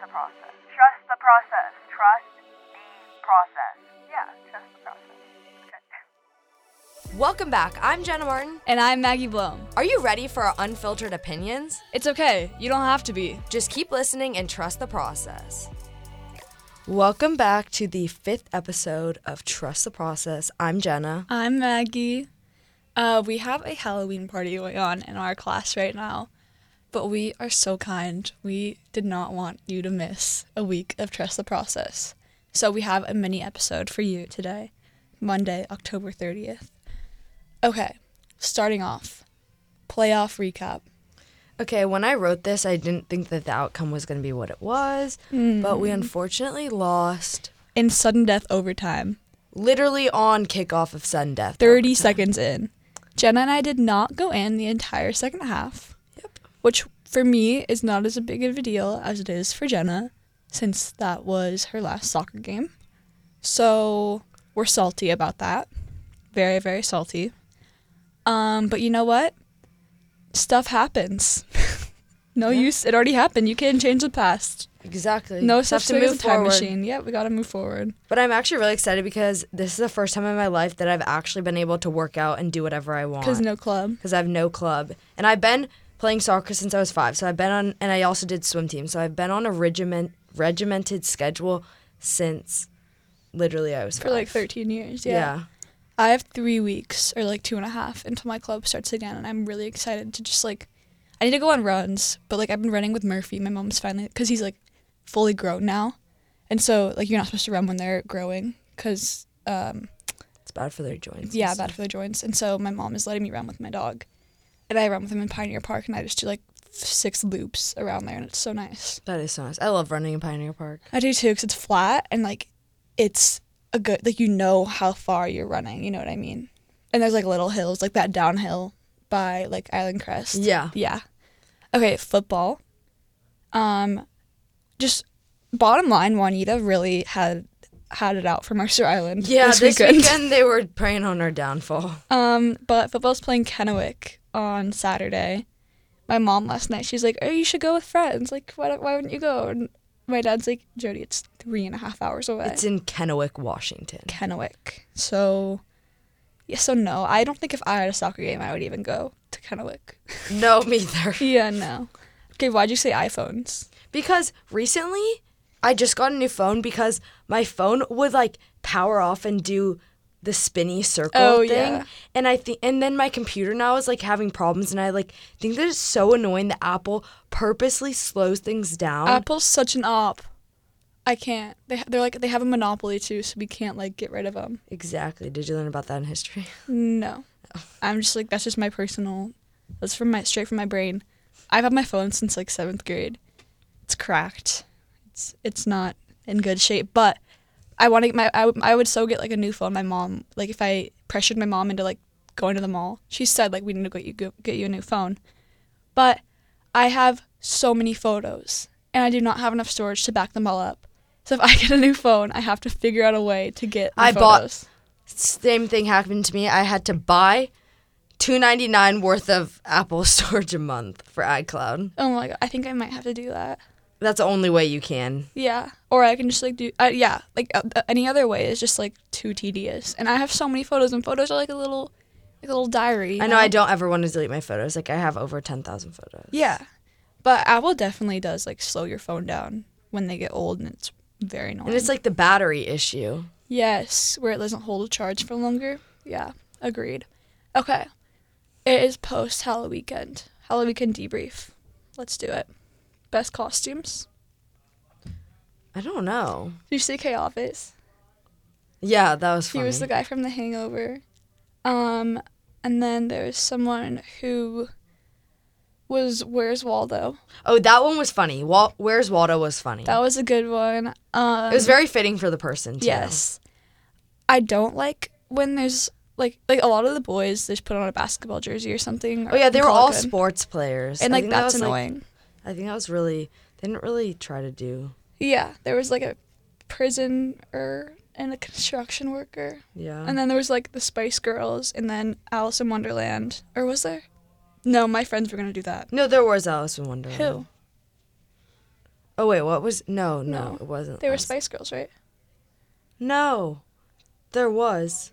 the process. Trust the process. Trust the process. Yeah, trust the process. Okay. Welcome back. I'm Jenna Martin. And I'm Maggie Blum. Are you ready for our unfiltered opinions? It's okay, you don't have to be. Just keep listening and trust the process. Welcome back to the fifth episode of Trust the Process. I'm Jenna. I'm Maggie. Uh, we have a Halloween party going on in our class right now, but we are so kind. We did not want you to miss a week of Trust the Process. So we have a mini episode for you today, Monday, October 30th. Okay, starting off, playoff recap. Okay, when I wrote this, I didn't think that the outcome was going to be what it was, but Mm. we unfortunately lost In sudden death overtime, literally on kickoff of sudden death. 30 seconds in. Jenna and I did not go in the entire second half. Yep. Which for me is not as big of a deal as it is for Jenna, since that was her last soccer game. So we're salty about that. Very, very salty. Um, but you know what? Stuff happens. no use. It already happened. You can't change the past. Exactly. No Just have such thing as a time machine. Yeah, we gotta move forward. But I'm actually really excited because this is the first time in my life that I've actually been able to work out and do whatever I want. Cause no club. because I have no club. And I've been playing soccer since I was five. So I've been on, and I also did swim team. So I've been on a regiment, regimented schedule since literally I was For like five. 13 years. Yeah. I have three weeks or like two and a half until my club starts again, and I'm really excited to just like, I need to go on runs, but like I've been running with Murphy. My mom's finally because he's like fully grown now, and so like you're not supposed to run when they're growing because um It's bad for their joints. yeah bad for the joints. And so my mom is letting me run with my dog, and I run with him in Pioneer Park, and I just do like six loops around there, and it's so nice. That is so nice. I love running in Pioneer Park. I do too because it's flat and like it's a good like you know how far you're running. You know what I mean? And there's like little hills like that downhill by like Island Crest. Yeah. Yeah. Okay, football. Um, just bottom line, Juanita really had had it out for Mercer Island. Yeah, this, weekend. they were preying on our downfall. Um, but football's playing Kennewick on Saturday. My mom last night, she's like, "Oh, you should go with friends. Like, why, don't- why wouldn't you go?" And my dad's like, "Jody, it's three and a half hours away." It's in Kennewick, Washington. Kennewick. So, yes, so no. I don't think if I had a soccer game, I would even go to Kennewick. No, me either. yeah, no. Okay, why'd you say iPhones? Because recently, I just got a new phone because my phone would like power off and do the spinny circle Oh, thing, yeah. and I think, and then my computer now is like having problems, and I like think that it's so annoying that Apple purposely slows things down. Apple's such an op. I can't. They they're like they have a monopoly too, so we can't like get rid of them. exactly. Did you learn about that in history? No, I'm just like that's just my personal. That's from my straight from my brain. I've had my phone since like seventh grade. It's cracked. It's it's not in good shape. But I want to get my I, would- I would so get like a new phone. My mom like if I pressured my mom into like going to the mall, she said like we need to get you go, get you a new phone. But I have so many photos and I do not have enough storage to back them all up. So if I get a new phone, I have to figure out a way to get. The I bought- photos. Same thing happened to me. I had to buy. Two ninety nine worth of Apple storage a month for iCloud. Oh my god! I think I might have to do that. That's the only way you can. Yeah, or I can just like do uh, yeah, like uh, uh, any other way is just like too tedious. And I have so many photos, and photos are like a little, like a little diary. you I know I don't ever want to delete my photos. Like I have over ten thousand photos. Yeah, but Apple definitely does like slow your phone down when they get old, and it's very annoying. And it's like the battery issue. yes, where it doesn't hold a charge for longer. Yeah, agreed. Okay, it is post Halloween weekend. Halloween weekend debrief. Let's do it. Best costumes. I don't know. Did you see K Office? Yeah, that was He funny. was the guy from The Hangover. Um, and then there was someone who was Where's Waldo? oh, that one was funny. Wal- Where's Waldo was funny. That was a good one. Um, it was very fitting for the person. Too. yes. I don't like when there's like like a lot of the boys they just put on a basketball jersey or something. Oh yeah, they and were call it all good. sports players, and I like think that that's was, annoying. I think that was really. They didn't really try to do. yeah, there was like a prisoner and a construction worker. Yeah. And then there was like the Spice Girls, and then Alice in Wonderland, or was there? No, my friends were gonna do that. no, there was Alice in Wonderland. Who? Oh wait, what was? No, no, No. it wasn't. They were last- Spice Girls, right? No, there was.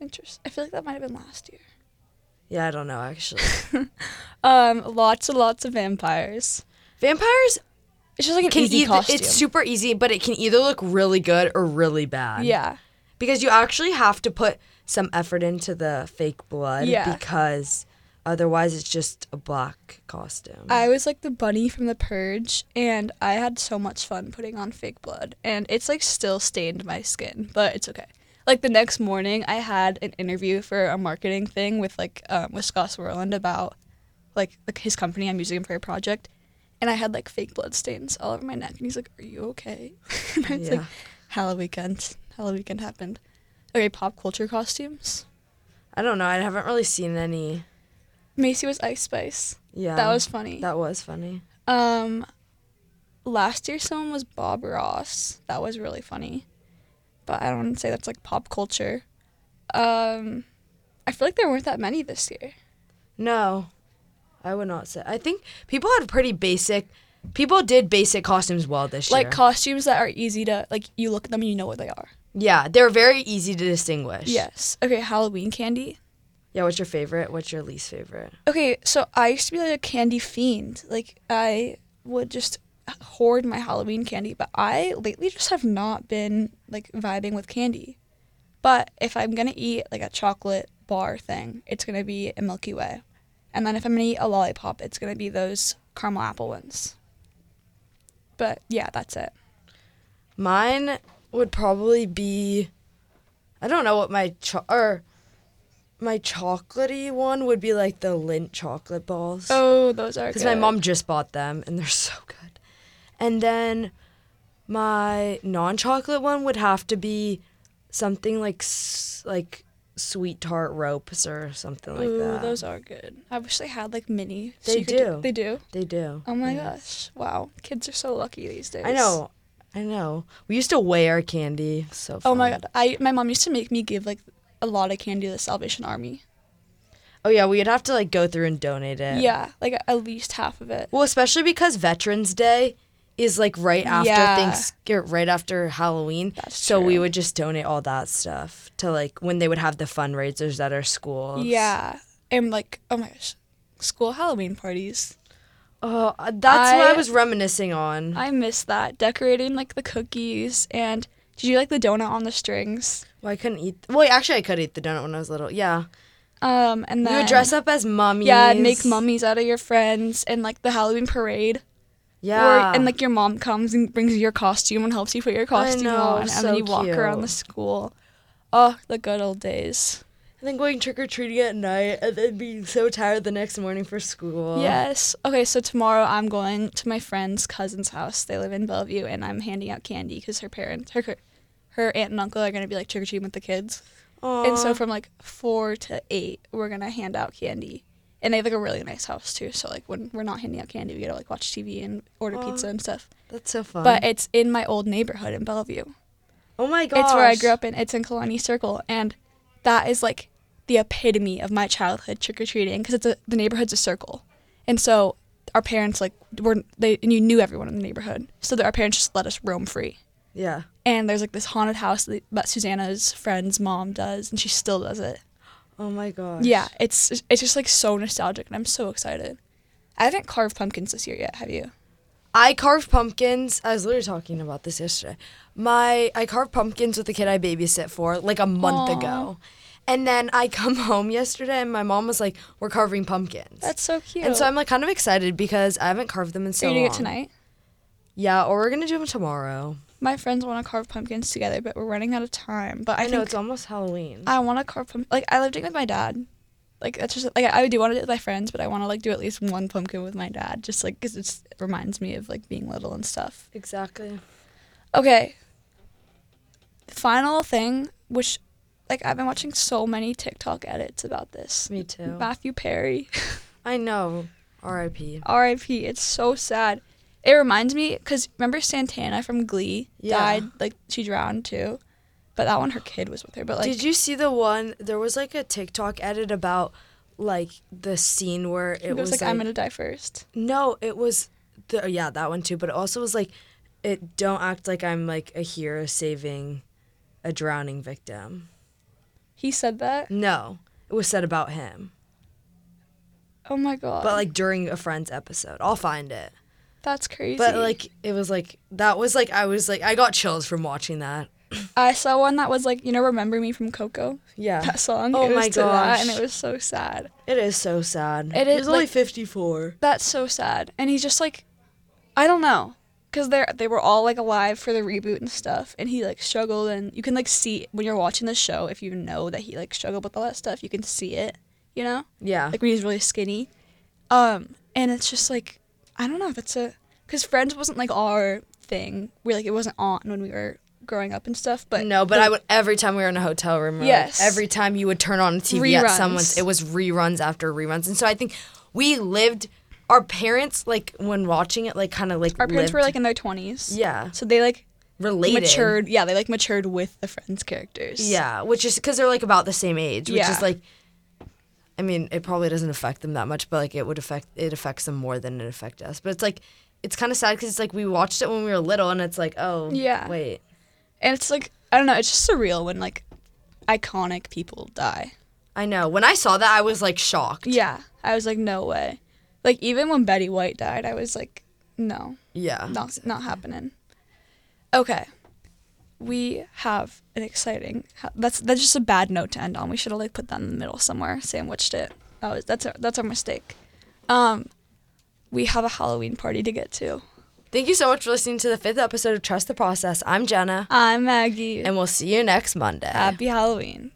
Interesting. I feel like that might have been last year. Yeah, I don't know actually. Um, lots and lots of vampires. Vampires It's just like an can easy eith- costume. It's super easy, but it can either look really good or really bad. yeah. because you actually have to put some effort into the fake blood. Yeah. because otherwise it's just a black costume. I was like the bunny from The Purge, and I had so much fun putting on fake blood, and it's like still stained my skin, but it's okay. Like the next morning, I had an interview for a marketing thing with like um, with Scott Swerland about like like his company. I'm using him for a project, and I had like fake blood stains all over my neck, and he's like, "Are you okay?" and I was like, Yeah. "Halloween weekend, Halloween weekend happened." Okay, pop culture costumes. I don't know. I haven't really seen any. Macy was Ice Spice. Yeah, That was funny. that was funny. Um, last year someone was Bob Ross. That was really funny, but I don't want to say that's like pop culture. Um, I feel like there weren't that many this year. No, I would not say. I think people had pretty basic. People did basic costumes well this year. Like costumes that are easy to like. You look at them and you know what they are. yeah, they're very easy to distinguish. Yes. Okay. Halloween candy. Yeah. What's your favorite? What's your least favorite? Okay. So I used to be like a candy fiend. Like I would just hoard my Halloween candy, but I lately just have not been like vibing with candy. But if I'm gonna eat like a chocolate bar thing, it's gonna be a Milky Way. And then if I'm gonna eat a lollipop, it's gonna be those caramel apple ones. But yeah, that's it. Mine would probably be. I don't know what my cho- or my chocolatey one would be like the lint chocolate balls. Oh, those are because my mom just bought them and they're so good. And then my non-chocolate one would have to be something like s- like sweet tart ropes or something like Ooh, that. those are good. I wish they had like mini. so They you could do- do. They do. they do. Oh my Yeah. gosh! Wow, kids are so lucky these days. I know. I know. We used to weigh our candy. So Oh my fun. god! I my mom used to make me give like a lot of candy to the Salvation Army. Oh yeah, we'd have to like go through and donate it. Yeah, like at least half of it. Well, especially because Veterans Day is like right after Yeah. things right after Halloween. That's so we true. would just donate all that stuff to like when they would have the fundraisers at our schools. Yeah, and like oh my gosh, school Halloween parties. Oh, uh, that's what I I- was reminiscing on. I miss that decorating like the cookies and did you like the donut on the strings? well, I couldn't eat. Well, actually, I could eat the donut when I was little. Yeah, Um, and then we would dress up as mummies. Yeah, and make mummies out of your friends and like the Halloween parade. Yeah, Or and like your mom comes and brings you your costume and helps you put your costume know, on, and then so you walk around the cute. school. Oh, the good old days. and then going trick or treating at night, and then being so tired the next morning for school. Yes. Okay, so tomorrow I'm going to my friend's cousin's house. They live in Bellevue, and I'm handing out candy because her parents, her, her aunt and uncle are gonna be like trick or treating with the kids. And so Aw. from like four to eight, we're gonna hand out candy. And they have like a really nice house too. So like when we're not handing out candy, we get to like watch TV and order pizza and stuff. that's so fun. But it's in my old neighborhood in Bellevue. oh my gosh, It's where I grew up in. It's in Kalani Circle, and that is like the epitome of my childhood trick or treating because it's a, the neighborhood's a circle, and so our parents like were they and you knew everyone in the neighborhood, so that our parents just let us roam free Yeah. and there's like this haunted house that that Susanna's friend's mom does, and she still does it. Oh my gosh. Yeah, it's it's just like so nostalgic, and I'm so excited. I haven't carved pumpkins this year yet. Have you? I carved pumpkins. I was literally talking about this yesterday. My I carved pumpkins with the kid I babysit for like a month Aw. ago. And then I come home yesterday and my mom was like, "We're carving pumpkins." That's so cute. and so I'm like kind of excited because I haven't carved them in so Are you doing it long. tonight? Yeah, or we're gonna do them tomorrow. My friends want to carve pumpkins together, but we're running out of time. But I, I, know think it's almost Halloween. I want to carve pumpkin. Like I love doing it with my dad. Like that's just like I I do want to do it with my friends, but I want to like do at least one pumpkin with my dad, just like because it reminds me of like being little and stuff. exactly. Okay. Final thing, which like I've been watching so many TikTok edits about this. Me too. Matthew Perry, I know. R.I.P. R.I.P. It's so sad. It reminds me because remember Santana from Glee Yeah. died like she drowned too, but that one her kid was with her. But like Did you see the one? There was like a TikTok edit about like the scene where it it was like, I'm gonna die first. No, it was the, yeah, that one too. But it also was like, it don't act like I'm like a hero saving a drowning victim. He said that. No, it was said about him, Oh my god. but like during a friend's episode. I'll find it. that's crazy. But like, it was like that was like I was like I got chills from watching that. I saw one that was like you know remember me from Coco Yeah, that song. Oh it was my to that, gosh. and it was so sad. it is so sad. It He is, was only like- fifty four. That's so sad. And he's just like, I don't know, because they they were all like alive for the reboot and stuff, and he like struggled, and you can like see when you're watching the show if you know that he like struggled with all that stuff, you can see it, you know, Yeah, like when he's really skinny, um, and it's just like I don't know if it's a because Friends wasn't like our thing. We like it wasn't on when we were growing up and stuff, but no, but the- I would every time we were in a hotel room. or, like, Yes. every time you would turn on a TV at Reruns. someone's, it was reruns after reruns, and so I think we lived. Our parents like when watching it, like kind of like our parents lived, were like in their twenties, yeah so they like related matured. Yeah, they like matured with the Friends characters. Yeah, which is because they're like about the same age, which Yeah. is like, I mean, it probably doesn't affect them that much, but like it would affect it affects them more than it affect us. But it's like it's kind of sad because it's like we watched it when we were little, and it's like oh Yeah. wait And it's like I don't know, it's just surreal when like iconic people die. I know when I saw that I was like shocked. Yeah. I was like, no way. Like even when Betty White died, I was like, no, Yeah, not not happening. Okay. We have an exciting. That's that's just a bad note to end on. We should have like put that in the middle somewhere, sandwiched it. That was that's our, that's our mistake. Um, we have a Halloween party to get to. Thank you so much for listening to the fifth episode of Trust the Process. I'm Jenna, I'm Maggie. and we'll see you next Monday. Uh, Happy Halloween.